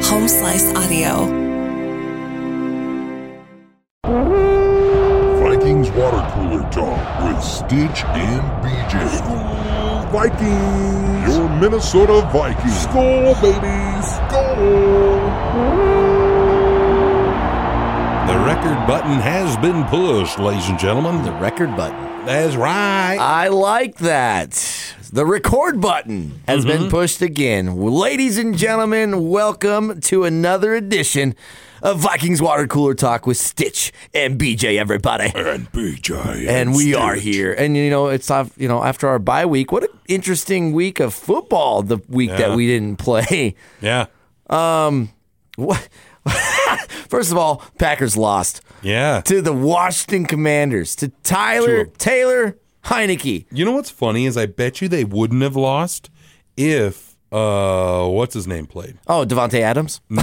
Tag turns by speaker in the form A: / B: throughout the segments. A: Slice Audio.
B: Vikings Water Cooler Talk with Stitch and BJ.
C: Vikings.
B: Your Minnesota Vikings.
C: School, baby. School.
D: The record button has been pushed, ladies and gentlemen.
E: The record button.
D: That's right.
E: I like that. The record button has
D: Mm-hmm.
E: been pushed again. Ladies and gentlemen, welcome to another edition of Vikings Water Cooler Talk with Stitch and BJ, everybody.
B: And BJ.
E: And we are
B: Stitch.
E: here. And, you know, it's off, you know, after our bye week. What an interesting week of football the week
D: Yeah.
E: that we didn't play.
D: Yeah.
E: What? First of all, Packers lost
D: Yeah.
E: to the Washington Commanders, to Tyler,
D: To
E: Taylor Heineke.
D: You know what's funny is I bet you they wouldn't have lost if uh what's his name played.
E: Oh, Devontae Adams?
D: No.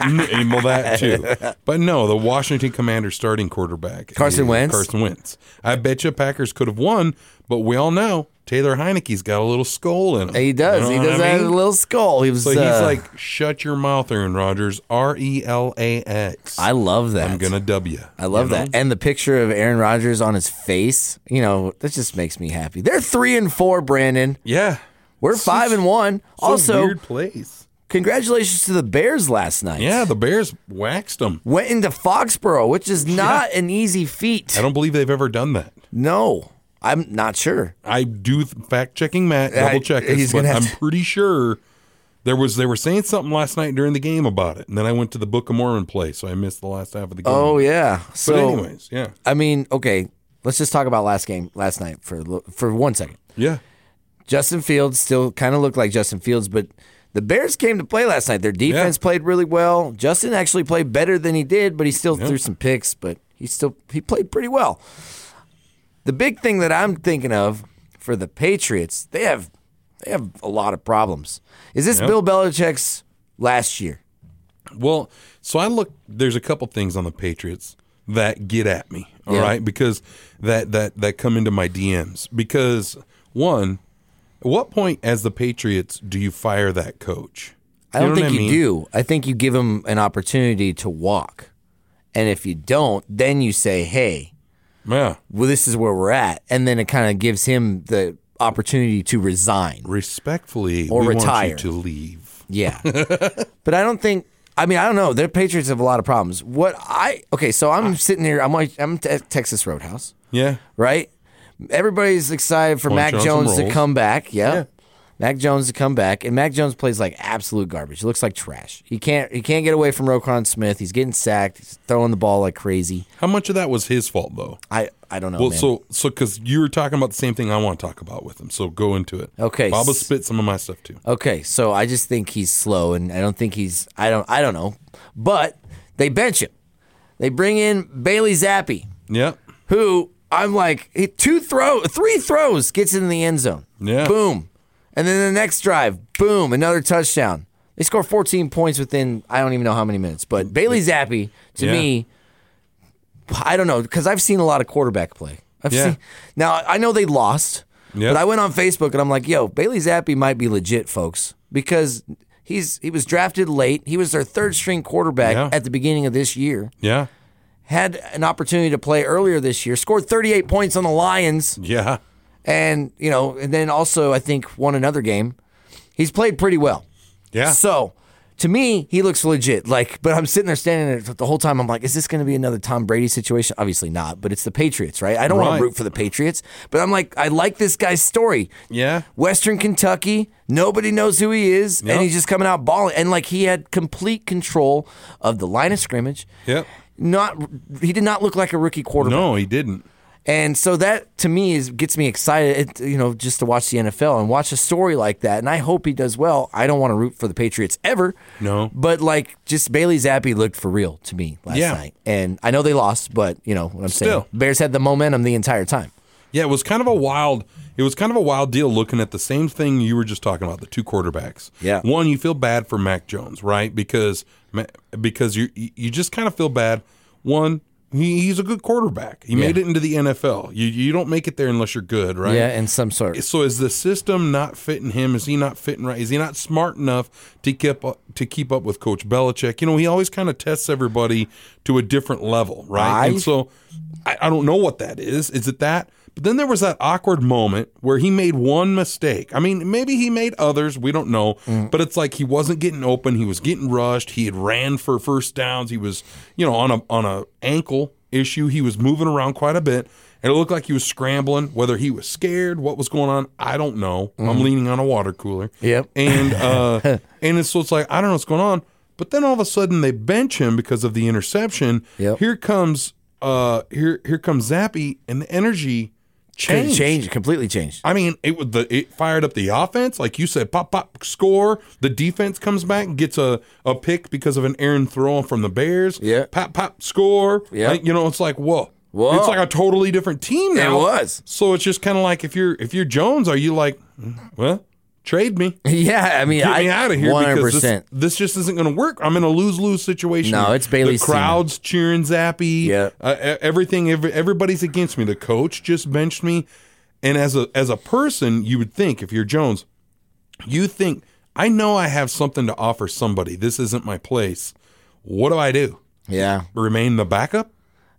D: N- well that too. But no, the Washington Commander starting quarterback.
E: Carson
D: is
E: Wentz?
D: Carson Wentz. I bet you Packers could have won, but we all know Taylor Heineke's got a little skull in him.
E: He does.
D: You know
E: he
D: what
E: does
D: I
E: have
D: mean?
E: a little skull. He was
D: So he's
E: uh,
D: like, shut your mouth, Aaron Rodgers. R E L A X.
E: I love that.
D: I'm gonna W.
E: I love that. And the picture of Aaron Rodgers on his face, you know, that just makes me happy. They're three and four, Brandon.
D: Yeah.
E: We're five and one.
D: It's a
E: also,
D: weird place.
E: congratulations to the Bears last night.
D: Yeah, the Bears waxed them.
E: Went into Foxborough, which is not an easy feat.
D: I don't believe they've ever done that.
E: No, I'm not sure.
D: I do fact checking Matt,
E: I-
D: double check this,
E: he's
D: but
E: gonna have
D: I'm
E: to-
D: pretty sure there was they were saying something last night during the game about it, and then I went to the Book of Mormon play, so I missed the last half of the game.
E: Oh yeah. So,
D: Hmm. but anyways, yeah,
E: I mean, okay, let's just talk about last game last night for a little- for one second.
D: yeah,
E: Justin Fields still kind of looked like Justin Fields, but the Bears came to play last night. Their defense played really well. Justin actually played better than he did, but he still threw some picks, but he still he played pretty well. The big thing that I'm thinking of for the Patriots, they have they have a lot of problems. Is this Bill Belichick's last year?
D: Well, so I look. There's a couple things on the Patriots that get at me. all right,
E: Yeah.
D: because that that that come into my DMs. Because one, at what point as the Patriots do you fire that coach?
E: I don't
D: know
E: think
D: what
E: you
D: mean?
E: do. I think you give him an opportunity to walk. And if you don't, then you say, "Hey,
D: Yeah,
E: well, this is where we're at. And then it kind of gives him the opportunity to resign.
D: respectfully,
E: Or
D: we want
E: retire.
D: you to leave.
E: Yeah. but I don't think, I mean, I don't know. Their Patriots have a lot of problems. What I, okay, so I'm sitting here, I'm like, I'm at Texas Roadhouse,
D: Yeah,
E: right? Everybody's excited for
D: Punch
E: Mac
D: on some
E: Jones to
D: rolls.
E: come back. Yeah.
D: Yeah.
E: Mac Jones to come back, and Mac Jones plays like absolute garbage. He looks like trash. He can't he can't get away from Roquan Smith. He's getting sacked. He's throwing the ball like crazy.
D: How much of that was his fault, though?
E: I I don't know.
D: Well,
E: Oh, man.
D: so so because you were talking about the same thing I want to talk about with him. So go into it.
E: Okay.
D: Baba spit some of my stuff too.
E: Okay, so I just think he's slow, and I don't think he's. I don't. I don't know. But they bench him. They bring in Bailey Zappi,
D: Yeah.
E: who I'm like he- two throw, three throws gets in the end zone.
D: Yeah.
E: Boom, and then the next drive, boom, another touchdown. They score 14 points within I don't even know how many minutes. But Bailey Zappi, to
D: Yeah.
E: me, I don't know because I've seen a lot of quarterback play. I've
D: Yeah.
E: seen, now I know they lost,
D: Yeah.
E: but I went on Facebook and I'm like, "Yo, Bailey Zappi might be legit, folks, because he's he was drafted late. He was their third string quarterback
D: Yeah.
E: at the beginning of this year.
D: Yeah.
E: Had an opportunity to play earlier this year. Scored 38 points on the Lions,
D: Yeah.
E: and you know, and then also I think won another game. He's played pretty well.
D: Yeah.
E: So to me, he looks legit. Like, but I'm sitting there standing there the whole time. I'm like, is this going to be another Tom Brady situation? Obviously not, but it's the Patriots, right? I don't want
D: Right.
E: to root for the Patriots, but I'm like, I like this guy's story.
D: Yeah.
E: Western Kentucky, nobody knows who he is,
D: Yep.
E: and he's just coming out balling. And like, he had complete control of the line of scrimmage.
D: Yep.
E: Not, he did not look like a rookie quarterback.
D: No, he didn't.
E: And so that to me is gets me excited, it- you know, just to watch the NFL and watch a story like that. And I hope he does well. I don't want to root for the Patriots ever.
D: No.
E: But like, just Bailey Zappi looked for real to me last
D: Yeah.
E: night. And I know they lost, but you know what I'm saying.
D: Still.
E: Bears had the momentum the entire time.
D: Yeah, it was kind of a wild. It was kind of a wild deal looking at the same thing you were just talking about, the two quarterbacks.
E: Yeah.
D: One, you feel bad for Mac Jones, right? Because Ma- because you you just kind of feel bad. One, He, he's a good quarterback. He made it into the NFL. You you don't make it there unless you're good, right?
E: Yeah, in some sort.
D: So is the system not fitting him? Is he not fitting right? Is he not smart enough to keep up, to keep up with Coach Belichick? You know, he always kind of tests everybody to a different level, right?
E: I-
D: and so I, I don't know what that is. Is it that? But then there was that awkward moment where he made one mistake. I mean, maybe he made others. We don't know. But it's like he wasn't getting open. He was getting rushed. He had ran for first downs. He was, you know, on a on a ankle issue. He was moving around quite a bit. And it looked like he was scrambling. Whether he was scared, what was going on, I don't know. I'm leaning on a water cooler.
E: Yep.
D: And uh, and it's, so it's like I don't know what's going on. But then all of a sudden they bench him because of the interception.
E: Yep.
D: Here comes uh here here comes Zappy and the energy
E: Changed.
D: changed.
E: changed, completely changed.
D: I mean, it was the it fired up the offense, like you said, pop pop score. The defense comes back and gets a, a pick because of an errant throw from the Bears.
E: Yeah.
D: pop pop score.
E: Yeah.
D: Like, you know, it's like whoa,
E: Whoa.
D: It's like a totally different team
E: It
D: now.
E: was.
D: So it's just kind of like if you're if you're Jones, are you like, "Mm, well, trade me,
E: Yeah, I mean,
D: get
E: I
D: me out of here
E: One hundred
D: because this,
E: percent.
D: this just isn't going to work. I'm in a lose lose situation.
E: No, it's Bailey's
D: The
E: team.
D: crowd's cheering Zappy.
E: Yeah.
D: uh, e- everything. Every, everybody's against me. The coach just benched me. And as a as a person, you would think if you're Jones, you think I know I have something to offer somebody. This isn't my place. What do I do?
E: Yeah,
D: Remain the backup?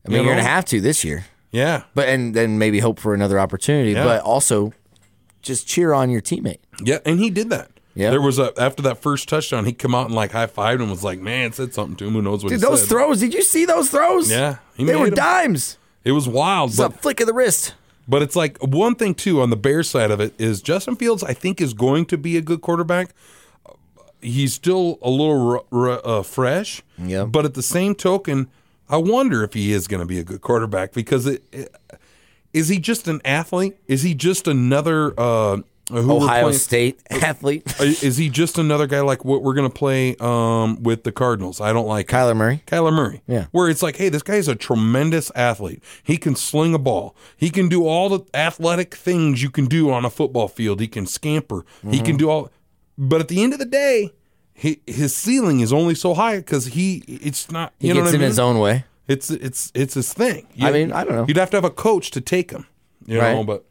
E: I mean,
D: You
E: you're
D: know?
E: gonna have to this year,
D: Yeah,
E: but and then maybe hope for another opportunity,
D: Yeah.
E: but also just cheer on your teammate.
D: yeah. And he did that.
E: Yeah.
D: There was a after that first touchdown, he come out and like high fived and was like, "Man, said something to him. Who knows what
E: Dude,
D: he
E: those
D: said.
E: throws! Did you see those throws?
D: Yeah, he
E: they
D: made
E: were
D: them.
E: dimes.
D: It was wild.
E: It's
D: but-
E: a flick of the wrist.
D: But it's like one thing too on the Bears side of it is Justin Fields. I think is going to be a good quarterback. He's still a little r- r- uh, fresh.
E: Yeah.
D: But at the same token, I wonder if he is going to be a good quarterback because it, it is he just an athlete? Is he just another uh, who we're
E: Ohio
D: playing- Uh,
E: State athlete
D: Is he just another guy like what we're going to play um, with the Cardinals? I don't like
E: Kyler Murray.
D: Kyler Murray.
E: Yeah.
D: Where it's like, hey, this guy is a tremendous athlete. He can sling a ball. He can do all the athletic things you can do on a football field. He can scamper. He
E: Mm-hmm.
D: can do all. But at the end of the day, he, his ceiling is only so high because he it's not
E: He
D: you know
E: gets
D: what I
E: in
D: mean?
E: his own way.
D: It's it's it's his thing.
E: I mean, I don't know.
D: You'd have to have a coach to take him. You
E: Right.
D: know, but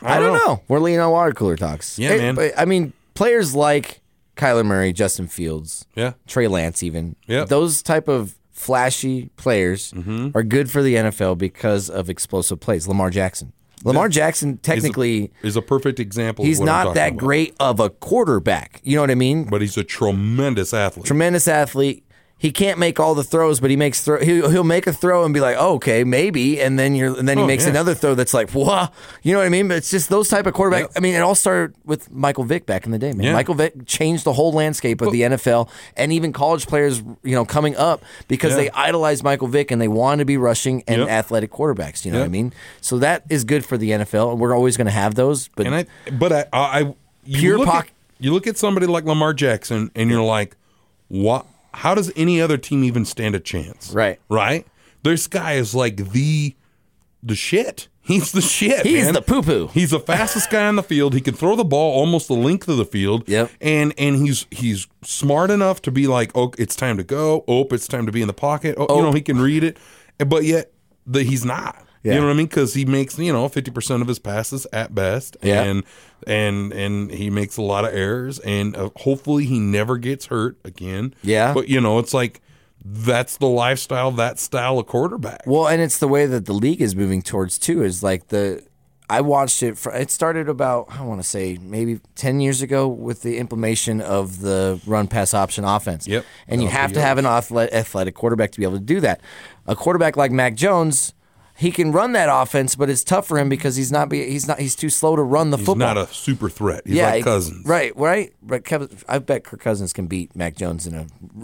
E: I don't, know. We're leaning on water cooler talks.
D: Yeah, man.
E: But, I mean, players like Kyler Murray, Justin Fields,
D: Yeah.
E: Trey Lance, even
D: Yep. Mm-hmm.
E: those type of flashy players are good for the NFL because of explosive plays. Lamar Jackson. Lamar Jackson, technically,
D: Is a perfect example.
E: he's
D: of what I'm
E: not
D: talking
E: that
D: about.
E: great of a quarterback. You know what I mean?
D: but he's a tremendous athlete.
E: Tremendous athlete. He can't make all the throws, but he makes throw. He'll, he'll make a throw and be like, oh, "Okay, maybe," and then you're, and then he
D: Oh,
E: makes
D: yeah.
E: another throw that's like, "Whoa," you know what I mean? But it's just those type of quarterback. I mean, it all started with Michael Vick back in the day, man.
D: Yeah.
E: Michael Vick changed the whole landscape of the NFL and even college players, you know, coming up because
D: Yeah.
E: they idolized Michael Vick and they wanted to be rushing and
D: Yep.
E: athletic quarterbacks. You know what I
D: Yep.
E: mean? So that is good for the NFL, and we're always going to have those. But
D: And I, but I, I, I you
E: Pure
D: look
E: poc-
D: At, you look at somebody like Lamar Jackson, and you're like, what? How does any other team even stand a chance?
E: Right.
D: Right. This guy is like the, the shit. He's the shit.
E: He's
D: man.
E: the poo-poo.
D: He's the fastest guy on the field. He can throw the ball almost the length of the field.
E: Yep.
D: And and he's he's smart enough to be like, oh, it's time to go. Oh, it's time to be in the pocket. Oh, you know, he can read it, but yet the, he's not.
E: Yeah.
D: You know what I mean? Because he makes you know fifty percent of his passes at best,
E: Yeah.
D: and and and he makes a lot of errors, and uh, hopefully he never gets hurt again.
E: Yeah.
D: But you know, it's like that's the lifestyle, that style of quarterback.
E: Well, and it's the way that the league is moving towards too. Is like the I watched it. For, it started about I want to say maybe ten years ago with the implementation of the run pass option offense.
D: Yep.
E: and you have to have an athle- athletic quarterback to be able to do that. A quarterback like Mac Jones. He can run that offense, but it's tough for him because he's not be, he's not he's too slow to run the
D: He's
E: football.
D: not a super threat. He's like
E: it-
D: Cousins.
E: Right, right. But Kevin, I bet Kirk Cousins can beat Mac Jones in a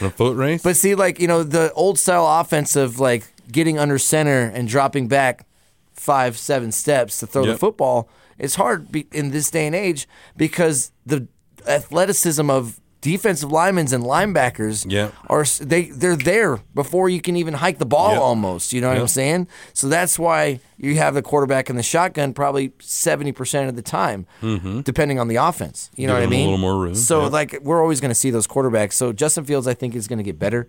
D: In a foot race.
E: But see, like you know, the old style offense of like getting under center and dropping back five, seven steps to throw the
D: Yep.
E: football is hard be- in this day and age because the athleticism of defensive linemen and linebackers
D: Yeah.
E: are s- they they're there before you can even hike the ball
D: Yep.
E: almost. You know what I'm
D: Yep.
E: saying? So that's why you have the quarterback in the shotgun probably seventy percent of the time, depending on the offense. You know what I
D: Giving him Mm-hmm. a
E: mean?
D: little more room,
E: So
D: yeah.
E: like we're always going to see those quarterbacks. So Justin Fields, I think, is going to get better.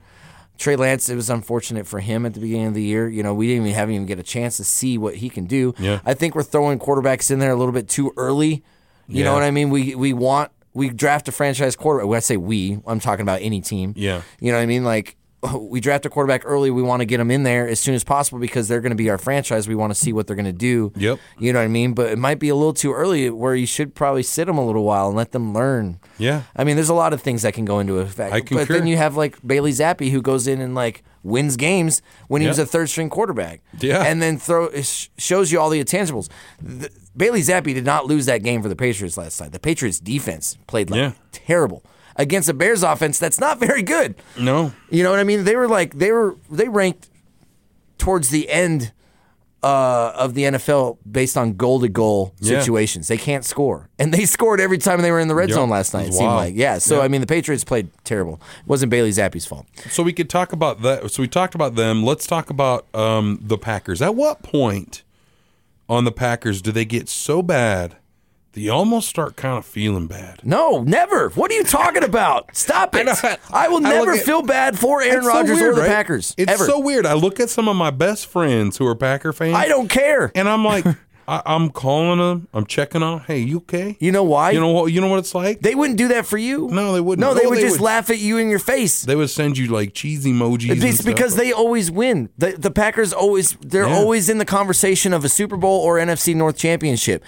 E: Trey Lance, it was unfortunate for him at the beginning of the year. You know, we didn't even have him get a chance to see what he can do.
D: Yeah.
E: I think we're throwing quarterbacks in there a little bit too early. You
D: Yeah.
E: know what I mean? We we want we draft a franchise quarterback. When I say we, I'm talking about any team.
D: Yeah.
E: You know what I mean? Like we draft a quarterback early. We want to get them in there as soon as possible because they're going to be our franchise. We want to see what they're going to do.
D: Yep.
E: You know what I mean? But it might be a little too early where you should probably sit them a little while and let them learn.
D: Yeah.
E: I mean, there's a lot of things that can go into effect.
D: I
E: But
D: concur.
E: then you have like Bailey Zappi who goes in and like wins games when he was
D: Yeah.
E: a third string quarterback.
D: Yeah.
E: And then throw it sh- shows you all the intangibles. The, Bailey Zappi did not lose that game for the Patriots last night. The Patriots defense played like
D: Yeah.
E: terrible against a Bears offense that's not very good.
D: No.
E: You know what I mean? They were like they were they ranked towards the end uh, of the NFL based on goal to goal
D: Yeah.
E: situations. They can't score, and they scored every time they were in the red
D: Yep.
E: zone last night.
D: It
E: It
D: was
E: seemed
D: wild.
E: like yeah. So
D: Yeah.
E: I mean, the Patriots played terrible. It wasn't Bailey Zappi's fault.
D: So we could talk about that. So we talked about them. Let's talk about um, the Packers. At what point on the Packers do they get so bad that you almost start kind of feeling bad?
E: No, never. What are you talking about? Stop it!
D: know.
E: I, will
D: I
E: never
D: look at-
E: feel bad for Aaron
D: It's so
E: Rodgers
D: weird,
E: or the
D: right?
E: Packers
D: It's
E: ever.
D: so weird. I look at some of my best friends who are Packer fans.
E: I don't care.
D: and I'm like, I, I'm calling them. I'm checking on. Hey, you okay?
E: You know why?
D: You know what? You know what it's like.
E: they wouldn't do that for you.
D: No, they wouldn't.
E: No, they
D: Oh,
E: would
D: they
E: just
D: would-
E: laugh at you in your face.
D: They would send you like cheese emojis. and
E: It's
D: stuff.
E: because they always win. The, the Packers always they're
D: Yeah.
E: always in the conversation of a Super Bowl or NFC North championship.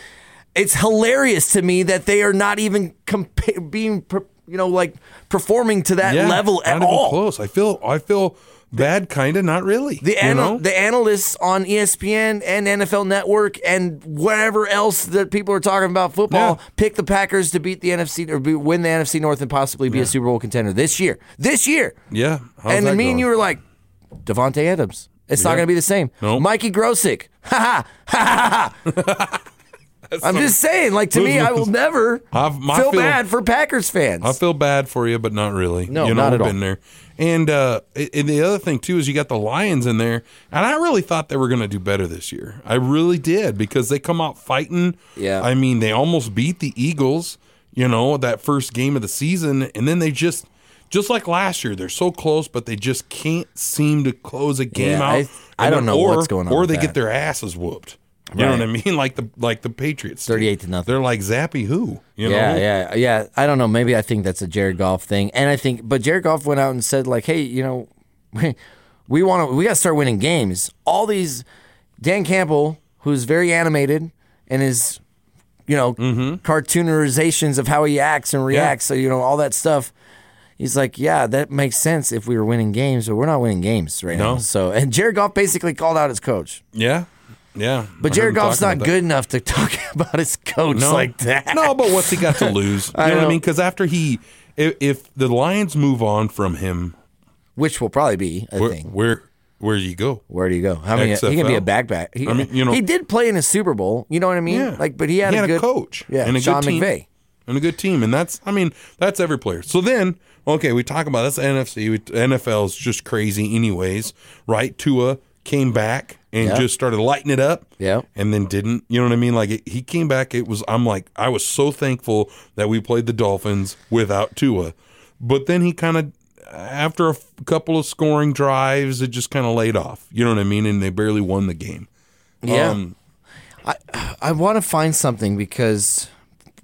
E: It's hilarious to me that they are not even compa- being per- you know like performing to that
D: Yeah,
E: level at
D: not even
E: all.
D: Close. I feel. I feel bad. Kind of. Not really.
E: The,
D: you
E: ana-
D: know?
E: the analysts on E ESPN and NFL Network and whatever else that people are talking about football
D: Yeah.
E: pick the Packers to beat the NFC or be, win the NFC North and possibly be a Super Bowl contender this year. This year.
D: yeah. How's
E: and
D: that
E: then me and
D: going?
E: you were like, Devonte Adams. It's not
D: Yeah.
E: going to be the same.
D: Nope.
E: Mikey Grosick. Ha ha ha ha ha. I'm just saying, like to me, I will never
D: I've- my
E: feel
D: feel-
E: bad for Packers fans.
D: I feel bad for you, but not really.
E: No,
D: you know,
E: not
D: I've
E: at all.
D: been there. And uh, and the other thing too is you got the Lions in there, and I really thought they were going to do better this year. I really did because they come out fighting.
E: Yeah.
D: I mean they almost beat the Eagles. You know that first game of the season, and then they just. Just like last year, they're so close, but they just can't seem to close a game
E: Yeah,
D: out.
E: I-
D: And
E: I don't
D: then-
E: know
D: or,
E: what's going on
D: Or
E: with
D: they
E: that.
D: get their asses whooped. You know
E: Right.
D: what I mean? Like the like the Patriots, did.
E: 38 to nothing.
D: They're like Zappy who?
E: yeah,
D: You know?
E: yeah, yeah. I don't know. Maybe I think that's a Jared Goff thing, and I think, but Jared Goff went out and said, like, hey, you know, we want to, we got to start winning games. All these, Dan Campbell, who's very animated and his, you know,
D: Mm-hmm.
E: cartoonizations of how he acts and reacts, so you know, all that stuff. He's like, yeah, that makes sense if we were winning games, but we're not winning games right
D: No.
E: now. So, and Jared Goff basically called out his coach,
D: Yeah. Yeah.
E: but
D: I
E: Jared
D: heard him
E: Goff's
D: talking
E: not
D: about that.
E: good enough to talk about his coach like that.
D: No, but what's he got to lose? You
E: I
D: know what I
E: know.
D: mean? Because after he, if, if the Lions move on from him,
E: which will probably be a
D: where
E: thing.
D: where, where do you go?
E: Where do you go? How many? He can be
D: XFL.
E: a backpack. He,
D: I mean, you know-
E: he did play in a Super Bowl. You know what I mean?
D: Yeah,
E: Like, but he had, a good
D: coach,
E: Yeah,
D: and a
E: Sean
D: good team,
E: McVay.
D: and a good team, and that's I mean that's every player. So then, okay, we talk about that's NFC. We, NFL is just crazy, anyways, right? Tua came back and
E: Yeah.
D: just started lighting it up,
E: Yeah.
D: and then didn't. You know what I mean? Like it, he came back. It was I'm like I was so thankful that we played the Dolphins without Tua, but then he kind of. After a f- couple of scoring drives, it just kind of laid off. You know what I mean? And they barely won the game.
E: Yeah.
D: Um,
E: I want to find something because,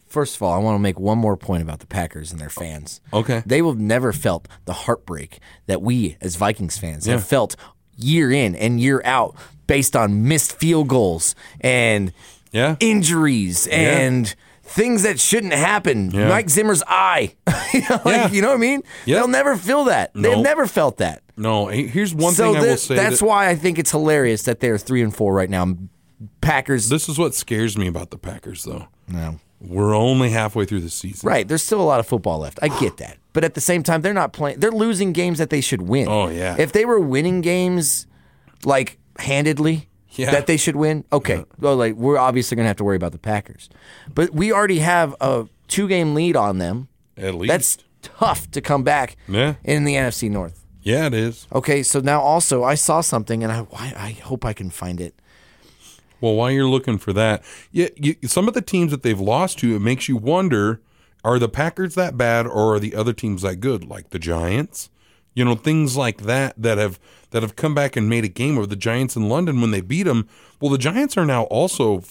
E: first of all, I want to make one more point about the Packers and their fans.
D: Okay.
E: They will have never felt the heartbreak that we as Vikings fans have felt year in and year out based on missed field goals and
D: Yeah.
E: injuries and things that shouldn't happen.
D: Yeah.
E: Mike Zimmer's eye. you, know, like,
D: Yeah.
E: you know what I mean?
D: Yeah.
E: They'll never feel that. They've
D: Nope.
E: never felt that.
D: No, he- here's one
E: so
D: thing I will
E: that-
D: say.
E: that's
D: that-
E: why I think it's hilarious that they're three and four right now. Packers.
D: This is what scares me about the Packers, though.
E: no.
D: We're only halfway through the season.
E: Right. There's still a lot of football left. I get that. But at the same time, they're not playing. They're losing games that they should win.
D: Oh, yeah.
E: If they were winning games like handedly
D: Yeah.
E: that they should win, okay. Well, like we're obviously going to have to worry about the Packers. But we already have a two game lead on them.
D: At least.
E: That's tough to come back
D: Yeah.
E: in the NFC North.
D: yeah, it is.
E: Okay. So now also, I saw something and I, I I hope I can find it.
D: Well, while you're looking for that, yeah, you, some of the teams that they've lost to, it makes you wonder: Are the Packers that bad, or are the other teams that good? Like the Giants, You know, things like that that have that have come back and made a game of the Giants in London when they beat them. Well, the Giants are now also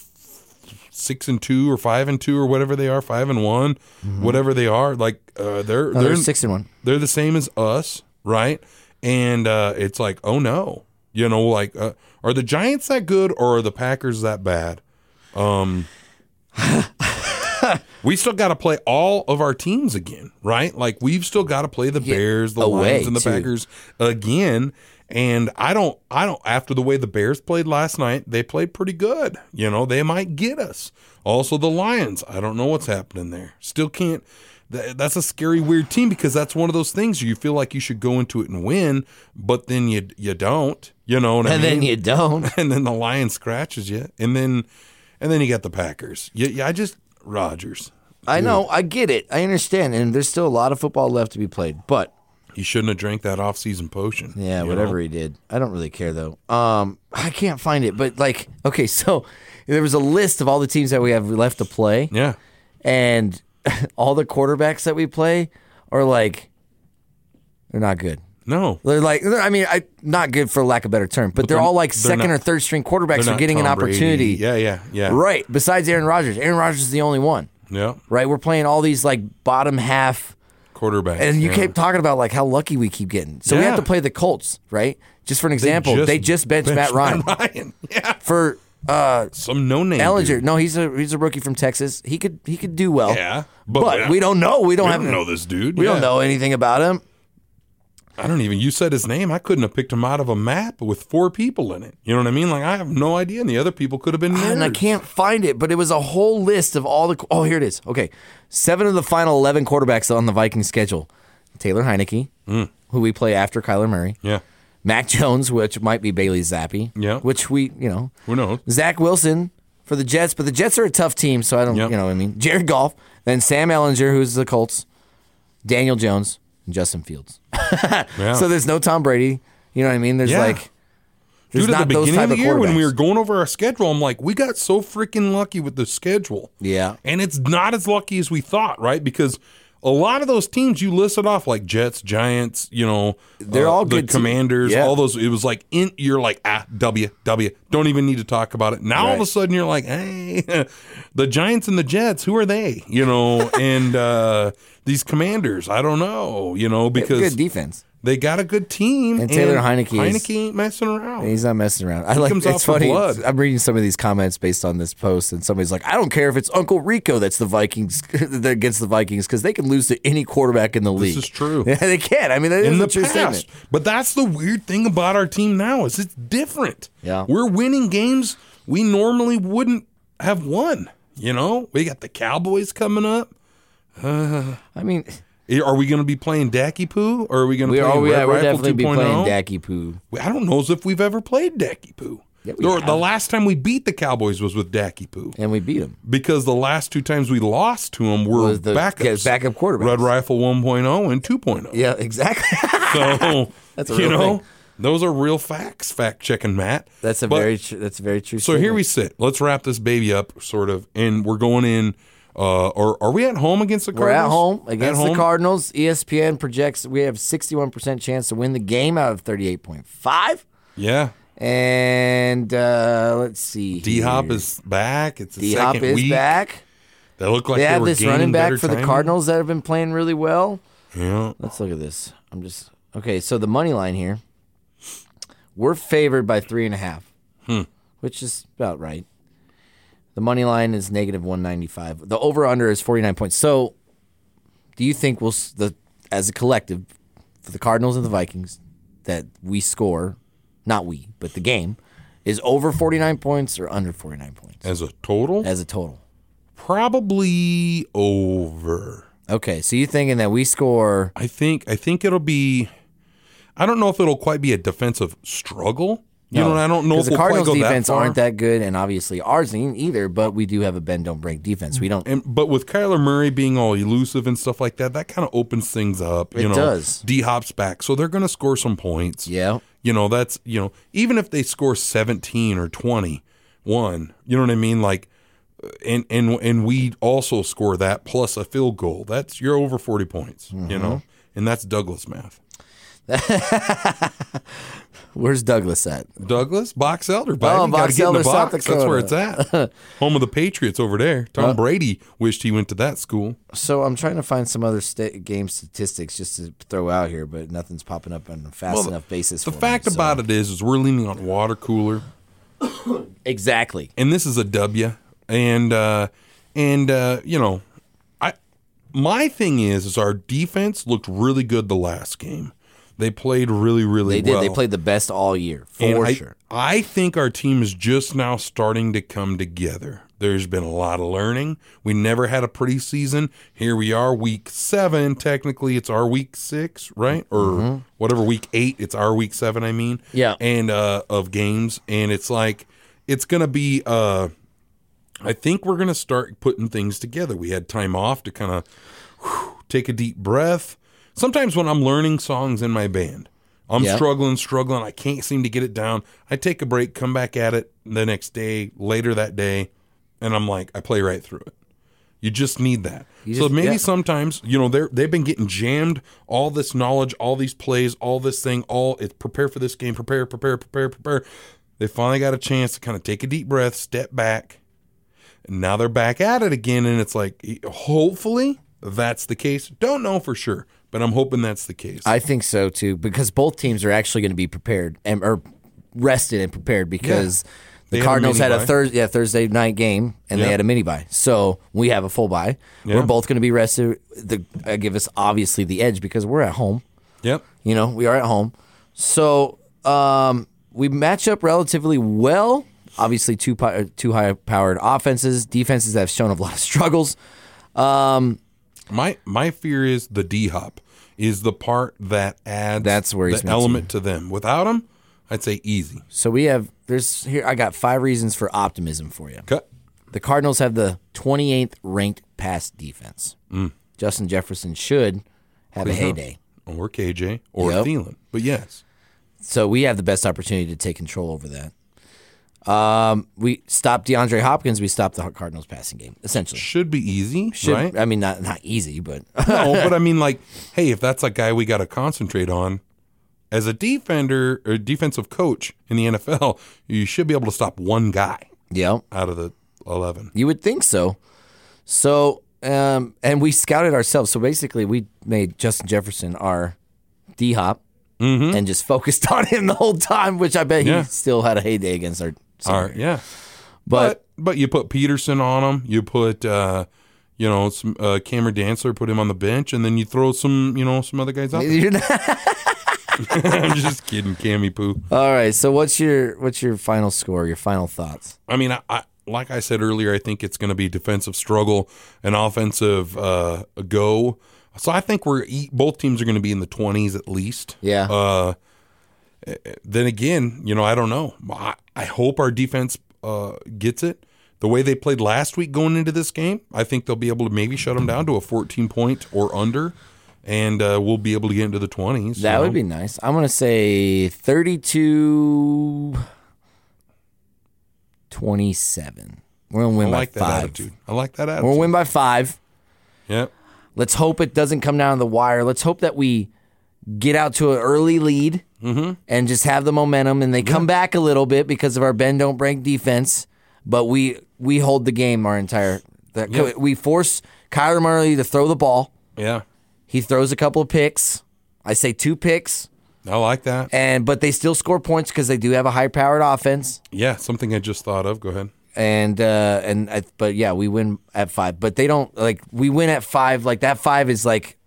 D: six and two or five and two or whatever they are, five and one, whatever they are. Like uh,
E: No,
D: they're they're
E: Mm-hmm. Oh, they're six and one.
D: They're the same as us, right? And uh, it's like, oh no, you know, like uh, are the Giants that good or are the Packers that bad? Um, we still got to play all of our teams again, right? Like we've still got to play the Bears, the
E: away,
D: Lions, and the
E: too.
D: Packers again. And I don't, I don't. After the way the Bears played last night, they played pretty good. You know, they might get us. Also, the Lions. I don't know what's happening there. Still can't. tha- That's a scary, weird team because that's one of those things you feel like you should go into it and win, but then you you don't. You know what I
E: And
D: mean?
E: then you don't.
D: and then the lion scratches you, and then and then you got the Packers. Yeah, yeah. I just Rodgers.
E: I know. I get it. I understand. And there's still a lot of football left to be played. But
D: He shouldn't have drank that off-season potion.
E: yeah,
D: you
E: whatever
D: know?
E: he did, I don't really care though. Um, I can't find it. But like, okay, so there was a list of all the teams that we have left to play,
D: Yeah,
E: and all the quarterbacks that we play are like, they're not good.
D: no.
E: They're like, I mean, I not good for lack of a better term, but, they're,
D: they're-
E: all like
D: they're
E: second or
D: not-
E: third string quarterbacks
D: They're
E: are
D: not
E: getting an
D: Tom Brady.
E: opportunity.
D: Yeah, yeah, yeah.
E: Right. Besides Aaron Rodgers, Aaron Rodgers is the only one.
D: Yeah.
E: Right. We're playing all these like bottom half.
D: Quarterback.
E: And you
D: yeah.
E: keep talking about like how lucky we keep getting. So we
D: Yeah.
E: have to play the Colts, right? Just for an example, they just, benched, Matt Ryan
D: Ryan. Yeah.
E: for uh,
D: Some no name.
E: Ellinger. No, he's a he's a rookie from Texas. He could he could do well.
D: Yeah, but
E: but,
D: we-
E: we don't know. We don't
D: We
E: have
D: don't know this dude.
E: We
D: Yeah.
E: don't know anything about him.
D: I don't even. You said his name. I couldn't have picked him out of a map with four people in it. You know what I mean? Like I have no idea, and the other people could have been.
E: And I
D: nerds.
E: can't find it, but it was a whole list of all the. Oh, here it is. Okay, seven of the final eleven quarterbacks on the Vikings schedule: Taylor Heineke, who we play after Kyler Murray,
D: Mm. Yeah.
E: Mac Jones, which might be Bailey Zappi,
D: Yeah.
E: which we you know
D: Who knows?
E: Zach Wilson for the Jets, but the Jets are a tough team, so I don't,
D: Yep.
E: you know what I mean? Jared Goff, then Sam Ellinger, who's the Colts, Daniel Jones, and Justin Fields.
D: Yeah.
E: So there's no Tom Brady. You know what I mean? There's
D: Yeah.
E: like, there's
D: Dude,
E: not
D: at the
E: those
D: beginning
E: type
D: of the
E: of
D: year when we
E: quarterbacks.
D: were going over our schedule, I'm like, we got so freaking lucky with the schedule.
E: Yeah.
D: And it's not as lucky as we thought, right? Because a lot of those teams you listed off, like Jets, Giants, you know, uh,
E: They're all
D: the
E: good teams.
D: commanders,
E: Yeah.
D: all those. It was like, in, you're like, ah, W, W. Don't even need to talk about it. Now all of a
E: Right.
D: sudden you're like, hey, the Giants and the Jets, who are they? You know, and uh, these commanders, I don't know, you know, because
E: good defense.
D: they got a good team.
E: And Taylor Heineke is-
D: Heineke ain't messing around.
E: He's not messing around. I like
D: comes off
E: it's
D: for
E: funny.
D: blood.
E: I'm reading some of these comments based on this post, and somebody's like, "I don't care if it's Uncle Rico that's the Vikings that against the Vikings because they can lose to any quarterback in the league."
D: is true.
E: Yeah, they can. I mean, that is
D: in
E: a
D: the
E: true
D: past.
E: statement.
D: But that's the weird thing about our team now is it's different.
E: Yeah.
D: We're winning games we normally wouldn't have won. You know, we got the Cowboys coming up. Eh,
E: I mean,
D: Are we going to be playing Dacky Poo or are we going to
E: we
D: play
E: are.
D: Red
E: Yeah, we're
D: Rifle oh.
E: definitely be
D: 2.0?
E: playing Dacky Poo.
D: I don't know as if we've ever played Dacky Poo.
E: Yeah, we
D: the,
E: have.
D: the last time we beat the Cowboys was with Dacky Poo
E: and we beat them.
D: because the last two times we lost to them were
E: Was the- yeah,
D: backups.
E: backup quarterbacks.
D: Red Rifle 1.0 and oh. 2.0.
E: Yeah, exactly.
D: So
E: That's a
D: you
E: real
D: know,
E: thing.
D: those are real facts. Fact checking, Matt.
E: that's a
D: But-
E: very tr- that's a very true.
D: So here we sit. Let's wrap this baby up, sort of, and we're going in. Uh, or are we at home against the
E: We're
D: Cardinals?
E: at home against
D: At
E: the
D: home?
E: Cardinals. E ESPN projects we have 61% chance to win the game out of 38.5.
D: Yeah,
E: And uh, let's see.
D: D Hop
E: here.
D: is back. It's the
E: D Hop
D: second
E: is
D: week.
E: back.
D: They look like
E: They
D: they
E: have
D: were
E: this
D: gaining
E: running
D: better
E: back for the
D: timing.
E: Cardinals that have been playing really well.
D: Yeah,
E: Let's look at this. I'm just okay. So the money line here, we're favored by three and a half,
D: Hmm.
E: which is about right. The money line is negative one ninety five. The over under is forty nine points. So, do you think we'll s- the as a collective for the Cardinals and the Vikings that we score, not we, but the game is over forty nine points or under forty nine points
D: as a total,
E: as a total?
D: probably over.
E: Okay, so you thinking that we score?
D: I think I think it'll be. I don't know if it'll quite be a defensive struggle. You know, and I don't know
E: 'Cause
D: if
E: the
D: we'll quite
E: Cardinals
D: go
E: defense
D: that far.
E: aren't that good, and obviously ours ain't either. But we do have a bend don't break defense. We don't.
D: and but with Kyler Murray being all elusive and stuff like that, that kind of opens things up. You
E: It
D: know,
E: does.
D: D Hop's back, so they're going to score some points.
E: Yeah,
D: you know that's you know even if they score seventeen or twenty one, you know what I mean? Like, uh, and and and we also score
E: Mm-hmm.
D: that plus a field goal. That's you're over forty points. You know, and that's Douglas math.
E: Where's Douglas at?
D: Douglas, Box Elder, baby. Gotta
E: Oh, Box
D: get in the
E: Elder, South
D: box. That's where it's
E: Dakota.
D: at. Home of the Patriots over there. Tom Brady wished he went to that school.
E: So I'm trying to find some other sta game statistics just to throw out here, but nothing's popping up on a fast
D: Well,
E: enough basis.
D: The fact about it is, is we're leaning on water cooler,
E: exactly.
D: and this is a W. And uh, and uh, you know, I my thing is, is our defense looked really good the last game. They played really, really
E: They did.
D: well.
E: They played the best all year
D: And
E: for
D: I,
E: sure.
D: I think our team is just now starting to come together. There's been a lot of learning. We never had a preseason. Here we are, week seven. Technically, it's our week six, right? Or whatever week eight. It's our week seven. I mean,
E: Mm-hmm. Yeah.
D: And uh, of games, and it's like it's gonna be. Uh, I think we're gonna start putting things together. We had time off to kind of take a deep breath. Sometimes when I'm learning songs in my band, I'm
E: Yeah.
D: struggling, struggling. I can't seem to get it down. I take a break, come back at it the next day, later that day, and I'm like, I play right through it. You just need that. so
E: just-
D: maybe
E: yeah.
D: sometimes, you know, they're they've been getting jammed. All this knowledge, all these plays, all this thing, all it's prepare for this game, prepare, prepare, prepare, prepare. They finally got a chance to kind of take a deep breath, step back, now they're back at it again and it's like hopefully that's the case don't know for sure but i'm hoping that's the case
E: I think so too, because both teams are actually going to be prepared and or rested and prepared because the
D: They had a
E: Cardinals had a
D: mini-bye.
E: Thursday, yeah, Thursday night game, and
D: Yeah.
E: they had a mini bye. So we have a full bye.
D: Yeah.
E: We're both going to be rested. The uh, give us obviously the edge because we're at home.
D: yep
E: You know, we are at home. So um, we match up relatively well. Obviously, two po- two high powered offenses, defenses that have shown a lot of struggles.
D: my my fear is the d hop is the part that adds
E: That's where he's
D: the
E: missing.
D: element to them without him i'd say easy
E: So we have there's here. I got five reasons for optimism for you.
D: cut
E: The Cardinals have the 28th ranked pass defense.
D: Mm.
E: Justin Jefferson should have a heyday.
D: or kj or
E: Yep.
D: Thielen. but yes
E: So we have the best opportunity to take control over that. Um, we stopped DeAndre Hopkins. We stopped the Cardinals passing game essentially.
D: should be easy
E: Should-
D: right
E: I mean, not not easy, but
D: no but i mean like hey if that's a guy we got to concentrate on as a defender or defensive coach in the nfl you should be able to stop one guy
E: yeah,
D: out of the 11
E: you would think so. So, um, and we scouted ourselves. So basically, we made Justin Jefferson our D Hop and just focused on him the whole time, which I bet
D: Mm-hmm. Yeah.
E: he still had a heyday against our.
D: All right, yeah.
E: but
D: But but you put Peterson on him. You put uh, you know some uh, Cameron Dancer put him on the bench, and then you throw some you know some other guys out. there.
E: You're not-
D: I'm just kidding, Cammy Poo.
E: All right. So what's your what's your final score? Your final thoughts?
D: I mean, I, I like I said earlier, I think it's going to be defensive struggle and offensive uh, go. So I think we're e- both teams are going to be in the 20s at least.
E: Yeah.
D: Uh, eh, then again, you know, I don't know. I, I hope our defense uh, gets it. The way they played last week going into this game, I think they'll be able to maybe shut them down to a 14 point or under, and uh, we'll be able to get into the 20s. you
E: That
D: know?
E: would be nice. I'm gonna say 32 27. We're gonna win
D: I
E: by
D: like that
E: five.
D: attitude. I like that
E: We're
D: attitude.
E: gonna win by five.
D: Yep.
E: Let's hope it doesn't come down to the wire. Let's hope that we get out to an early lead
D: Mm-hmm.
E: and just have the momentum, and they come back a little bit because of our bend don't break defense. But we we hold the game our entire. That,
D: Yeah.
E: We force Kyler Murray to throw the ball.
D: Yeah.
E: He throws a couple of picks. I say two picks,
D: I like that.
E: and but they still score points because they do have a high-powered offense.
D: Yeah, something I just thought of. Go ahead.
E: And uh, and I, but yeah, we win at five. But they don't like we win at five. Like that five is like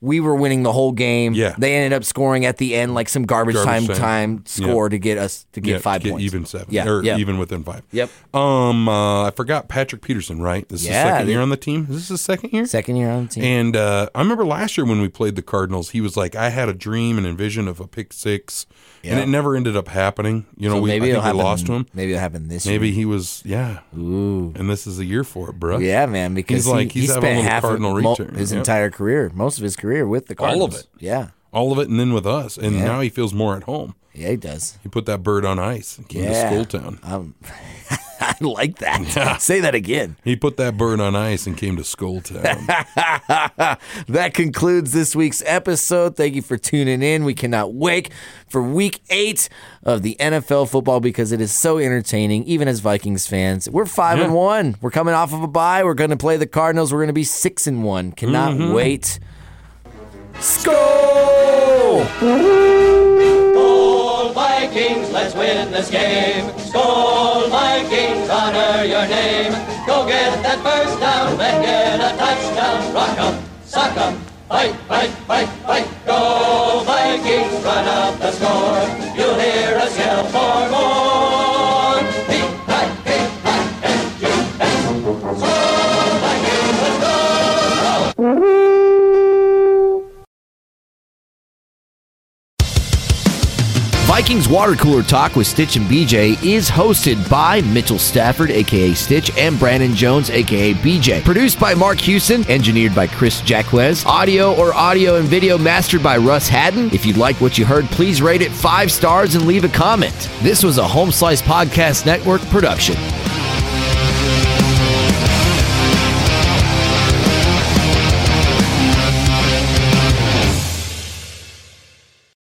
E: we were winning the whole game.
D: Yeah.
E: they ended up scoring at the end like some garbage, time
D: Garbage time.
E: time score to get us to get
D: Yeah,
E: five
D: get
E: points.
D: even seven.
E: Yeah,
D: or
E: yeah.
D: even within five.
E: Yep.
D: Um, uh, I forgot Patrick Peterson. Right. This is
E: Yeah,
D: his second
E: they-
D: year on the team. Is this his second year?
E: Second year on the team.
D: And uh, I remember last year when we played the Cardinals, he was like, "I had a dream and envision of a pick six, and
E: Yeah.
D: it never ended up happening." You know,
E: So
D: we I
E: maybe
D: think
E: it'll
D: we
E: happen.
D: lost to him.
E: Maybe it'll happen this year.
D: Maybe he was, yeah. Ooh. And this is the year for it, bro.
E: Yeah, man, because
D: He's like-
E: he,
D: he's
E: he spent
D: having a little
E: half of
D: Cardinal
E: mo-
D: return,
E: his
D: yeah.
E: entire career, most of his career with the
D: All of
E: Cardinals.
D: it.
E: Yeah.
D: All of it, and then with us, and now he feels more at home.
E: Yeah, he does.
D: He put that bird on ice and came
E: Yeah.
D: to Skulltown.
E: Um, like that. Say that again.
D: He put that bird on ice and came to Skulltown.
E: that concludes this week's episode. Thank you for tuning in. We cannot wait for week eight of the NFL football because it is so entertaining, even as Vikings fans. We're five and one. We're coming off of a bye. We're going to play the Cardinals. We're going to be six and one. Cannot wait. Skull!
A: Skull Vikings, let's win this game. Skull Vikings, honor your name. Go get that first down, then get a touchdown. Rock 'em, suck 'em, fight, fight, fight, fight. Go Vikings, run up the score. You'll hear us yell for more. P-I-P-I-N-G-S. Skull Vikings, let's go!
F: Vikings Water Cooler Talk with Stitch and BJ is hosted by Mitchell Stafford, aka Stitch, and Brandon Jones, aka BJ. Produced by Mark Hewson, engineered by Chris Jacquez. Audio or audio and video mastered by Russ Haddon. If you like what you heard, please rate it five stars and leave a comment. This was a Home Slice Podcast Network production.